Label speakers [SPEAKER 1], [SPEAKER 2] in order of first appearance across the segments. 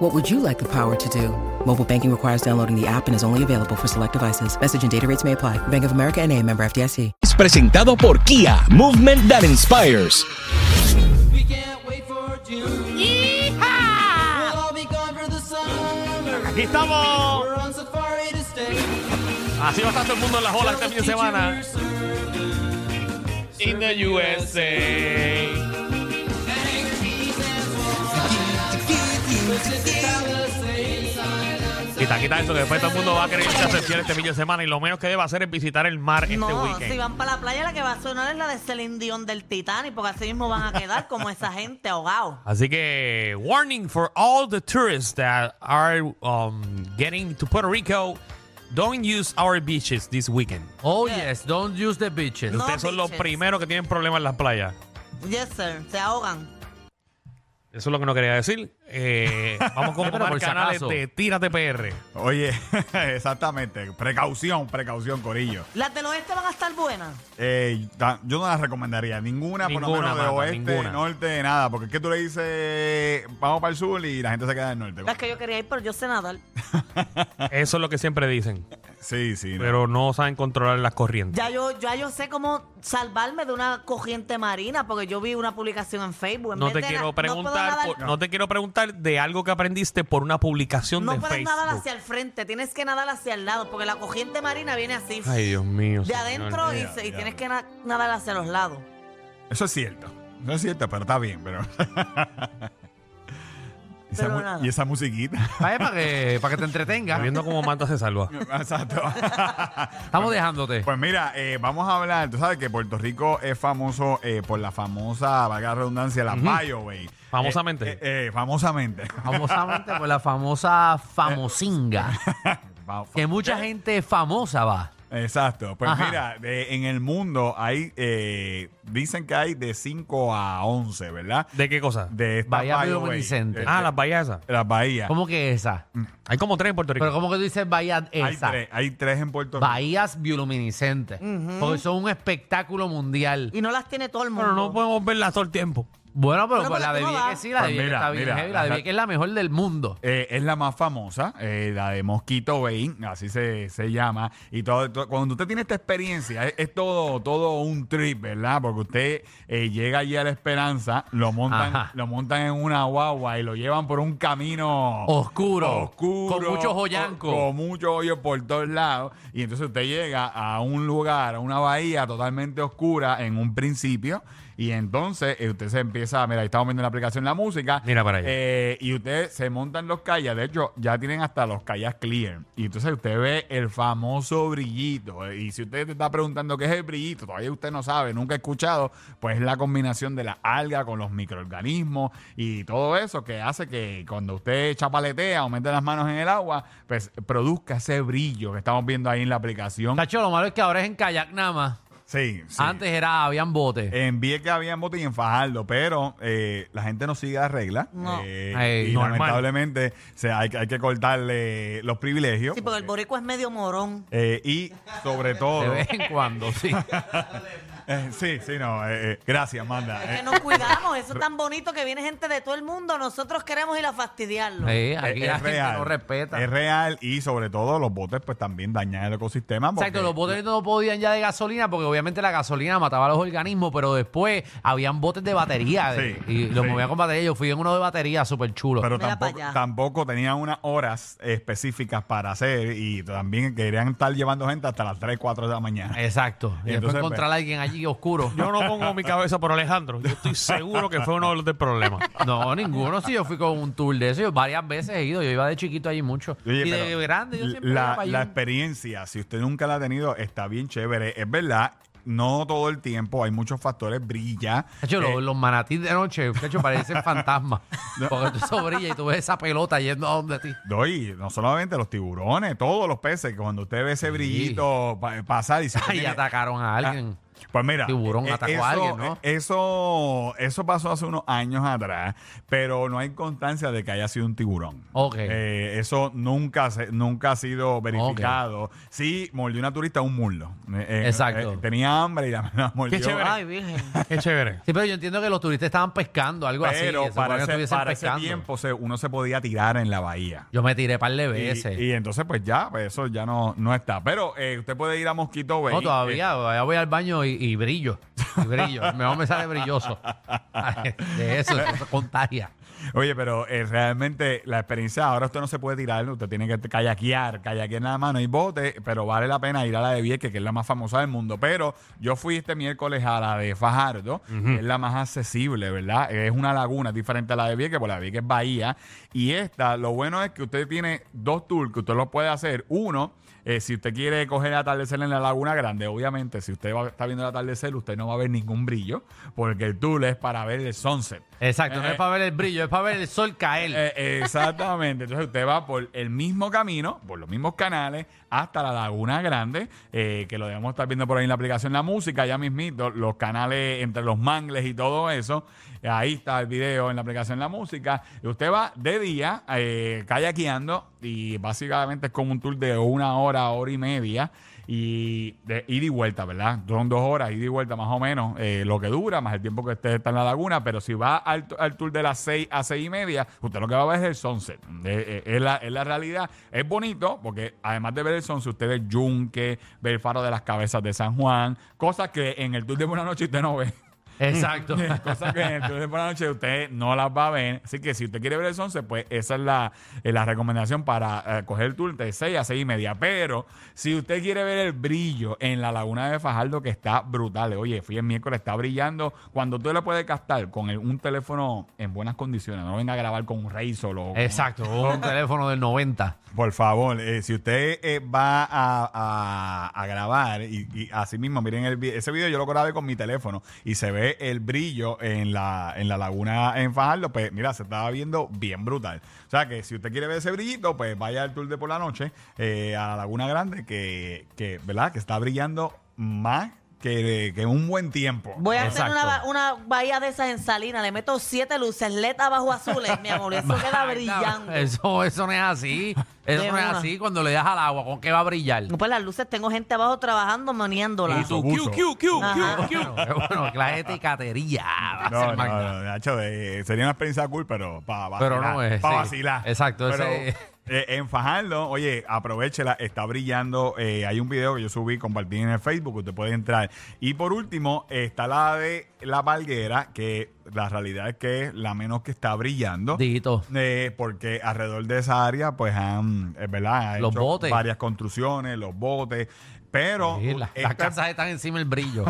[SPEAKER 1] What would you like the power to do? Mobile banking requires downloading the app and is only available for select devices. Message and data rates may apply. Bank of America and a member FDIC.
[SPEAKER 2] Es presentado por Kia, Movement That Inspires.
[SPEAKER 3] We can't wait for June. We'll all be gone for the summer.
[SPEAKER 4] Aquí estamos.
[SPEAKER 3] We're on safari to stay.
[SPEAKER 4] Así va a estar todo el mundo en las olas este fin de semana. In the USA. Quita, quita eso, que después todo el mundo va a querer irse a surfear este fin de semana y lo menos que debe hacer es visitar el mar este
[SPEAKER 5] no,
[SPEAKER 4] weekend.
[SPEAKER 5] si van para la playa, la que va a sonar es la de Celine Dion del Titanic, porque así mismo van a quedar como esa gente ahogados.
[SPEAKER 4] Así que, warning for all the tourists that are um, getting to Puerto Rico, don't use our beaches this weekend.
[SPEAKER 6] Oh, yes, don't use the beaches.
[SPEAKER 5] No
[SPEAKER 4] Ustedes son los
[SPEAKER 5] beaches.
[SPEAKER 4] primeros que tienen problemas en las playas.
[SPEAKER 5] Yes, sir. Se ahogan.
[SPEAKER 4] Eso es lo que no quería decir. Eh, vamos con
[SPEAKER 6] Sí, pero
[SPEAKER 4] Omar
[SPEAKER 6] por si
[SPEAKER 4] Canales
[SPEAKER 6] acaso.
[SPEAKER 4] de Tírate PR.
[SPEAKER 7] Oye, exactamente. Precaución, precaución, Corillo.
[SPEAKER 5] Las del oeste van a estar buenas.
[SPEAKER 7] Eh, ta- yo no las recomendaría. Ninguna, por lo
[SPEAKER 4] Ninguna,
[SPEAKER 7] menos de
[SPEAKER 4] mano,
[SPEAKER 7] oeste,
[SPEAKER 4] ninguna.
[SPEAKER 7] norte, nada. Porque es que tú le dices, vamos para el sur y la gente se queda en el
[SPEAKER 5] Las
[SPEAKER 7] norte.
[SPEAKER 5] que yo quería ir, pero yo sé nadar.
[SPEAKER 4] Eso es lo que siempre dicen,
[SPEAKER 7] Sí, sí. no.
[SPEAKER 4] pero no saben controlar las corrientes.
[SPEAKER 5] Ya yo, ya yo sé cómo salvarme de una corriente marina, porque yo vi una publicación en Facebook. En
[SPEAKER 4] No
[SPEAKER 5] vez
[SPEAKER 4] te
[SPEAKER 5] de
[SPEAKER 4] quiero
[SPEAKER 5] na- No, puedo
[SPEAKER 4] preguntar,
[SPEAKER 5] nadar-
[SPEAKER 4] por- no te quiero preguntar de algo que aprendiste por una publicación
[SPEAKER 5] no
[SPEAKER 4] de
[SPEAKER 5] puedes nadar
[SPEAKER 4] Facebook.
[SPEAKER 5] hacia el frente, tienes que nadar hacia el lado, porque la corriente marina viene así,
[SPEAKER 4] Ay, Dios mío.
[SPEAKER 5] de
[SPEAKER 4] señor.
[SPEAKER 5] adentro, y,
[SPEAKER 7] Ya,
[SPEAKER 5] se- y
[SPEAKER 7] ya.
[SPEAKER 5] tienes que na- nadar hacia los lados.
[SPEAKER 7] Eso es cierto. Eso es cierto, pero está bien. Pero... Y esa
[SPEAKER 5] Pero
[SPEAKER 7] mu-
[SPEAKER 5] nada.
[SPEAKER 7] y esa musiquita.
[SPEAKER 6] Vaya, para que, para que te entretengas.
[SPEAKER 4] Viendo cómo Manta se salva.
[SPEAKER 7] Exacto.
[SPEAKER 6] Estamos dejándote.
[SPEAKER 7] Pues mira, eh, vamos a hablar. Tú sabes que Puerto Rico es famoso eh, por la famosa, valga la redundancia, la Bioway.
[SPEAKER 4] Famosamente.
[SPEAKER 7] Eh, eh, famosamente.
[SPEAKER 6] Famosamente por la famosa famosinga.
[SPEAKER 7] Fa- fa-
[SPEAKER 6] Que mucha gente famosa va.
[SPEAKER 7] Exacto. Pues
[SPEAKER 6] Ajá.
[SPEAKER 7] mira, de- en el mundo hay, eh, dicen que hay de 5 a 11, ¿verdad?
[SPEAKER 4] ¿De qué cosa?
[SPEAKER 7] De esta
[SPEAKER 6] Bahía
[SPEAKER 7] Bio Bay.
[SPEAKER 6] Bioluminiscente.
[SPEAKER 7] Eh,
[SPEAKER 4] ah, las bahías esas.
[SPEAKER 7] las bahías.
[SPEAKER 6] ¿Cómo que esa?
[SPEAKER 4] Hay como tres en Puerto Rico.
[SPEAKER 6] Pero ¿cómo que tú dices bahía
[SPEAKER 7] Hay
[SPEAKER 6] esa?
[SPEAKER 7] tres, hay tres en Puerto Rico.
[SPEAKER 6] Bahías bioluminiscentes. Porque son un espectáculo mundial.
[SPEAKER 5] Y no las tiene todo el mundo.
[SPEAKER 4] Pero no podemos verlas todo el tiempo.
[SPEAKER 6] Bueno, pero
[SPEAKER 5] Bueno,
[SPEAKER 6] pues
[SPEAKER 5] pero
[SPEAKER 6] la de
[SPEAKER 5] tú no
[SPEAKER 6] Vieques
[SPEAKER 5] vas.
[SPEAKER 6] sí, la de
[SPEAKER 7] Pues
[SPEAKER 6] Vieques
[SPEAKER 7] mira,
[SPEAKER 6] está bien
[SPEAKER 7] mira,
[SPEAKER 6] heavy. La de
[SPEAKER 7] la-
[SPEAKER 6] Vieques es la mejor del mundo.
[SPEAKER 7] Eh, es la más famosa, eh, la de Mosquito Bay, así se, se llama. Y todo, todo- cuando usted tiene esta experiencia, es, es todo, todo un trip, ¿verdad? Porque usted eh, llega allí a la esperanza, lo montan,
[SPEAKER 6] Ajá.
[SPEAKER 7] lo montan en una guagua y lo llevan por un camino
[SPEAKER 6] Oscuro.
[SPEAKER 7] oscuro,
[SPEAKER 6] Con muchos hoyancos.
[SPEAKER 7] Con, con muchos hoyos por todos lados. Y entonces usted llega a un lugar, a una bahía totalmente oscura en un principio. Y entonces eh, usted se empieza, mira, ahí estamos viendo en la aplicación la música.
[SPEAKER 4] Mira para allá.
[SPEAKER 7] Eh, y usted se montan los callas. De hecho, ya tienen hasta los callas clear. Y entonces usted ve el famoso brillito. eh, Y si usted te está preguntando qué es el brillito, todavía usted no sabe, nunca ha escuchado, pues es la combinación de la alga con los microorganismos y todo eso que hace que cuando usted chapaletea o mete las manos en el agua, pues produzca ese brillo que estamos viendo ahí en la aplicación.
[SPEAKER 6] Tacho, lo malo es que ahora es en kayak nada más.
[SPEAKER 7] Sí, sí.
[SPEAKER 6] Antes era, habían botes.
[SPEAKER 7] En Vieques había en Bote y en Fajardo, pero eh, la gente no sigue la regla.
[SPEAKER 5] No.
[SPEAKER 7] Eh,
[SPEAKER 6] Ay,
[SPEAKER 7] y
[SPEAKER 6] normal.
[SPEAKER 7] lamentablemente o sea, hay, hay que cortarle los privilegios.
[SPEAKER 5] Sí, porque el boricua es medio morón.
[SPEAKER 7] Eh, y sobre todo.
[SPEAKER 6] De vez en cuando, sí.
[SPEAKER 7] eh, sí, sí, no. eh, eh, gracias, manda.
[SPEAKER 5] Que
[SPEAKER 7] Eh,
[SPEAKER 5] nos cuidamos, eso es tan bonito que viene gente de todo el mundo, nosotros queremos ir a fastidiarlo.
[SPEAKER 6] Sí,
[SPEAKER 7] eh,
[SPEAKER 6] aquí la gente no respeta.
[SPEAKER 7] Es real y sobre todo los botes pues también dañan el ecosistema. porque-
[SPEAKER 6] Exacto, los botes no podían ya de gasolina porque obviamente la gasolina mataba a los organismos, pero después habían botes de batería de-
[SPEAKER 7] Sí,
[SPEAKER 6] y los
[SPEAKER 7] sí.
[SPEAKER 6] movía con batería. Yo fui en uno de batería súper chulo.
[SPEAKER 7] Pero
[SPEAKER 5] Mira
[SPEAKER 7] tampoco,
[SPEAKER 5] pa' allá.
[SPEAKER 7] tampoco tenían unas horas específicas para hacer y también querían estar llevando gente hasta las 3, 4 de la mañana.
[SPEAKER 6] Exacto. Y,
[SPEAKER 7] Y
[SPEAKER 6] después
[SPEAKER 7] entonces, pues,
[SPEAKER 6] encontrar a alguien allí oscuro.
[SPEAKER 4] Yo no pongo mi cabeza por Alejandro. Yo estoy seguro que fue uno de los del problema.
[SPEAKER 6] No, ninguno. Si yo fui con un tour de eso, yo varias veces he ido. Yo iba de chiquito allí mucho.
[SPEAKER 7] Oye,
[SPEAKER 6] y de
[SPEAKER 7] pero
[SPEAKER 6] grande yo siempre iba
[SPEAKER 7] la,
[SPEAKER 6] para allí.
[SPEAKER 7] la experiencia, si usted nunca la ha tenido, está bien chévere. Es verdad, no todo el tiempo, hay muchos factores, brilla.
[SPEAKER 6] Cacho,
[SPEAKER 7] Eh,
[SPEAKER 6] los, los manatís de noche, cacho, parecen fantasmas. Porque tú sobrillas y tú ves esa pelota yendo a donde ti.
[SPEAKER 7] No, y no solamente los tiburones, todos los peces, que cuando usted ve ese brillito pa- pasar y se
[SPEAKER 6] Y atacaron a alguien.
[SPEAKER 7] Pues mira,
[SPEAKER 6] Tiburón
[SPEAKER 7] eh,
[SPEAKER 6] atacó
[SPEAKER 7] eso,
[SPEAKER 6] a alguien, ¿no?
[SPEAKER 7] eh, Eso, eso pasó hace unos años atrás, pero no hay constancia de que haya sido un tiburón.
[SPEAKER 6] Ok.
[SPEAKER 7] Eh, eso nunca, se- nunca ha sido verificado. Sí, mordió una turista un muslo. Eh, eh,
[SPEAKER 6] Exacto.
[SPEAKER 7] eh, tenía hambre y la, la mordió.
[SPEAKER 5] Ay, virgen.
[SPEAKER 4] Qué chévere.
[SPEAKER 6] Sí, pero yo entiendo que los turistas estaban pescando, algo así.
[SPEAKER 7] Pero
[SPEAKER 6] que se
[SPEAKER 7] para,
[SPEAKER 6] supone que
[SPEAKER 7] ese,
[SPEAKER 6] estuviesen
[SPEAKER 7] para ese
[SPEAKER 6] pescando.
[SPEAKER 7] tiempo se- uno se podía tirar en la bahía.
[SPEAKER 6] Yo me tiré par de
[SPEAKER 7] Y,
[SPEAKER 6] veces.
[SPEAKER 7] y entonces, pues ya, pues eso ya no, no está. Pero eh, usted puede ir a Mosquito Bay.
[SPEAKER 6] no,
[SPEAKER 7] eh.
[SPEAKER 6] todavía, todavía voy al baño y, y brillo. Y brillo. Mejor me sale brilloso. De eso, eso se contagia.
[SPEAKER 7] Oye, pero eh, realmente la experiencia ahora usted no se puede tirar, usted tiene que kayakear, kayakear nada más, no hay bote, pero vale la pena ir a la de Vieques, que es la más famosa del mundo. Pero yo fui este miércoles a la de Fajardo, que es la más accesible, ¿verdad? Es una laguna es diferente a la de Vieques, porque la de Vieques es bahía. Y esta, lo bueno es que usted tiene dos tours que usted lo puede hacer. Uno, eh, si usted quiere coger el atardecer en la Laguna Grande, obviamente, si usted va- está viendo el atardecer, usted no va a ver ningún brillo, porque el tour es para ver el sunset.
[SPEAKER 6] Exacto, no es para ver el brillo, es para ver el sol caer.
[SPEAKER 7] Eh, exactamente. Entonces usted va por el mismo camino, por los mismos canales, hasta la Laguna Grande, eh, que lo debemos estar viendo por ahí en la aplicación La Música, ya mismito, los canales entre los mangles y todo eso. Ahí está el video en la aplicación La Música. Y usted va de día, eh, kayakeando, y básicamente es como un tour de una hora, hora y media. Y de ida y vuelta, ¿verdad? Son dos horas, ida y vuelta más o menos, eh, lo que dura, más el tiempo que usted está en la laguna. Pero si va al, tu- al tour de las 6 a 6 y media, usted lo que va a ver es el sunset. Eh, eh, es, la, es la realidad. Es bonito porque además de ver el sunset, usted ve el yunque, ve el faro de las cabezas de San Juan, cosas que en el tour de Buena Noche usted no ve.
[SPEAKER 6] Exacto.
[SPEAKER 7] Cosas que en el tour de Buena Noche usted no las va a ver. Así que si usted quiere ver el sunset, pues esa es la, eh, la recomendación para eh, coger el tour de 6 a 6 y media. Pero si usted quiere ver el brillo en la laguna de Fajardo, que está brutal. Oye, fui el miércoles, está brillando. Cuando usted lo puede captar con el- un teléfono en buenas condiciones, no venga a grabar con un rey solo. o con-
[SPEAKER 6] Exacto, un teléfono del 90.
[SPEAKER 7] por favor, eh, si usted eh, va a, a- a grabar y, y así mismo, miren, el, vi- ese video yo lo grabé con mi teléfono y se ve el brillo en la, en la laguna en Fajardo, pues mira, se estaba viendo bien brutal. O sea que si usted quiere ver ese brillito, pues vaya al tour de por la noche eh, a la Laguna Grande, que, que, ¿verdad? Que está brillando más que, que un buen tiempo.
[SPEAKER 5] Voy a hacer
[SPEAKER 6] Exacto.
[SPEAKER 5] una, ba- una bahía de esas en Salina. Le meto siete luces LED abajo azules, mi amor. Eso queda brillante.
[SPEAKER 6] Eso, eso no es así. Eso
[SPEAKER 5] De
[SPEAKER 6] no es
[SPEAKER 5] una.
[SPEAKER 6] así cuando le das al agua, ¿con qué va a brillar?
[SPEAKER 5] No, pues las luces tengo gente abajo trabajando,
[SPEAKER 4] Y
[SPEAKER 5] maniándolas.
[SPEAKER 4] tú,
[SPEAKER 7] Buzo.
[SPEAKER 4] Q, Q, Q,
[SPEAKER 5] Ajá.
[SPEAKER 4] Q, Q.
[SPEAKER 6] Bueno, qué bueno, clase de catería. va a
[SPEAKER 7] No,
[SPEAKER 6] ser
[SPEAKER 7] no,
[SPEAKER 6] magna.
[SPEAKER 7] no, Nacho, eh, sería una experiencia cool, pero para vacilar.
[SPEAKER 6] Pero no es,
[SPEAKER 7] Para
[SPEAKER 6] sí.
[SPEAKER 7] vacilar.
[SPEAKER 6] Exacto,
[SPEAKER 7] Pero,
[SPEAKER 6] ese-
[SPEAKER 7] eh, en Fajardo, oye, aprovechela, está brillando. eh, hay un video que yo subí, compartí en el Facebook, usted puede entrar. Y por último, está la de La Palguera, que la realidad es que es la menos que está brillando.
[SPEAKER 6] Dito.
[SPEAKER 7] Eh, porque alrededor de esa área, pues han, es verdad, han
[SPEAKER 6] Los
[SPEAKER 7] hecho
[SPEAKER 6] botes.
[SPEAKER 7] varias construcciones, los botes. Pero
[SPEAKER 6] Sí, la-
[SPEAKER 7] esta-
[SPEAKER 6] las casas están encima del brillo.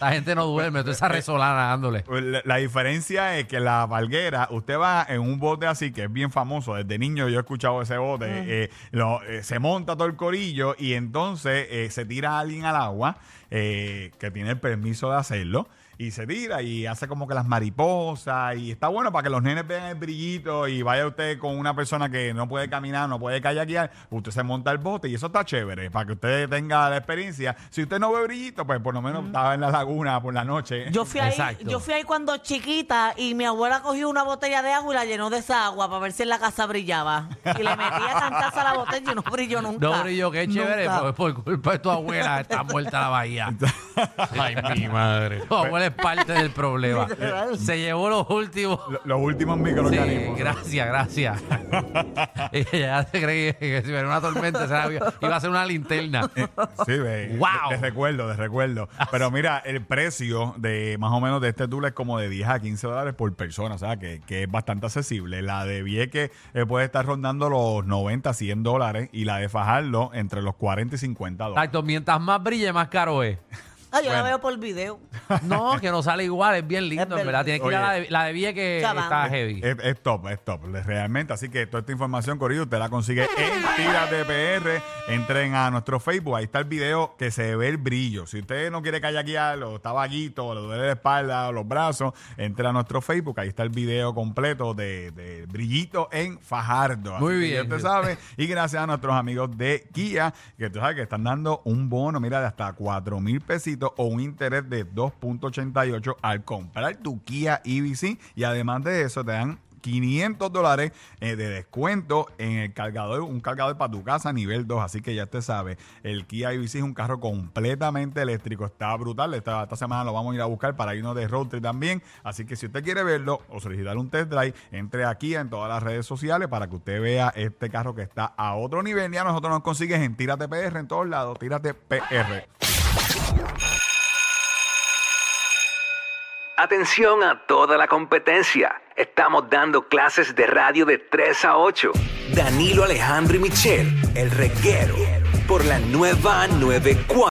[SPEAKER 6] La gente no duerme, tú esa resolana dándole.
[SPEAKER 7] Pues, La, la diferencia es que la valguera, usted va en un bote así que es bien famoso. Desde niño yo he escuchado ese bote. eh, lo- eh, se monta todo el corillo y entonces eh, se tira a alguien al agua eh, que tiene el permiso de hacerlo. Y se tira y hace como que las mariposas. Y está bueno para que los nenes vean el brillito. Y vaya usted con una persona que no puede caminar, no puede kayakear. Usted se monta el bote y eso está chévere para que usted tenga la experiencia. Si usted no ve brillito, pues por lo menos estaba en la laguna por la noche.
[SPEAKER 5] Yo fui, ahí,
[SPEAKER 6] Exacto.
[SPEAKER 5] yo fui ahí cuando chiquita y mi abuela cogió una botella de agua y la llenó de esa agua para ver si en la casa brillaba. Y le metía tantaza a la botella y no brilló nunca.
[SPEAKER 6] No brillo, qué chévere, pues,
[SPEAKER 5] Nunca.
[SPEAKER 6] porque por culpa de tu abuela está muerta la bahía.
[SPEAKER 4] Ay, mi madre.
[SPEAKER 6] Tu abuela es parte del problema. Se llevó los últimos.
[SPEAKER 7] Lo- los últimos
[SPEAKER 6] Sí,
[SPEAKER 7] microorganismos.
[SPEAKER 6] gracias, gracias. Y ella se creía que si era una tormenta se la había- iba a ser una linterna.
[SPEAKER 7] Sí, ve.
[SPEAKER 6] Wow.
[SPEAKER 7] De, de recuerdo, de recuerdo. Pero mira, el precio de más o menos de este tour es como de 10 a 15 dólares por persona, o sea, que, que es bastante accesible. La de Vieque eh, puede estar rondando los 90, 100 dólares y la de Fajardo entre los 40 y 50 dólares.
[SPEAKER 6] Exacto, mientras más brille, más caro es.
[SPEAKER 5] Ay, yo la
[SPEAKER 7] Bueno.
[SPEAKER 5] veo por video.
[SPEAKER 6] No, que no sale igual, es bien
[SPEAKER 5] Es
[SPEAKER 6] lindo, en
[SPEAKER 5] verdad.
[SPEAKER 6] verdad. Tienes que ir a la de, la de Villa que
[SPEAKER 5] Chavando.
[SPEAKER 6] está heavy.
[SPEAKER 7] Es, es top, es top, le- realmente. Así que toda esta información, Corillo, usted la consigue en Tira PR. Entren a nuestro Facebook, ahí está el video que se ve el brillo. Si usted no quiere kayakear, o está vaguito, o le duele la espalda, o los brazos, entre a nuestro Facebook, ahí está el video completo de, de brillito en Fajardo. Así
[SPEAKER 6] Muy
[SPEAKER 7] que
[SPEAKER 6] bien.
[SPEAKER 7] ya usted sabe. Y gracias a nuestros amigos de Kia, que tú sabes que están dando un bono, mira, de hasta 4 mil pesitos o un interés de 2.88 al comprar tu Kia EVC. Y además de eso, te dan 500 dólares eh, de descuento en el cargador, un cargador para tu casa nivel 2. Así que ya te sabes, el Kia EVC es un carro completamente eléctrico. Está brutal. Esta, esta semana lo vamos a ir a buscar para irnos de road trip también. Así que si usted quiere verlo o solicitar un test drive, entre aquí en todas las redes sociales para que usted vea este carro que está a otro nivel. Y a nosotros nos consigues en Tírate PR en todos lados. Tírate PR.
[SPEAKER 8] Atención a toda la competencia. Estamos dando clases de radio de 3 a 8. Danilo Alejandro y Michel, el reguero, por la nueva 94.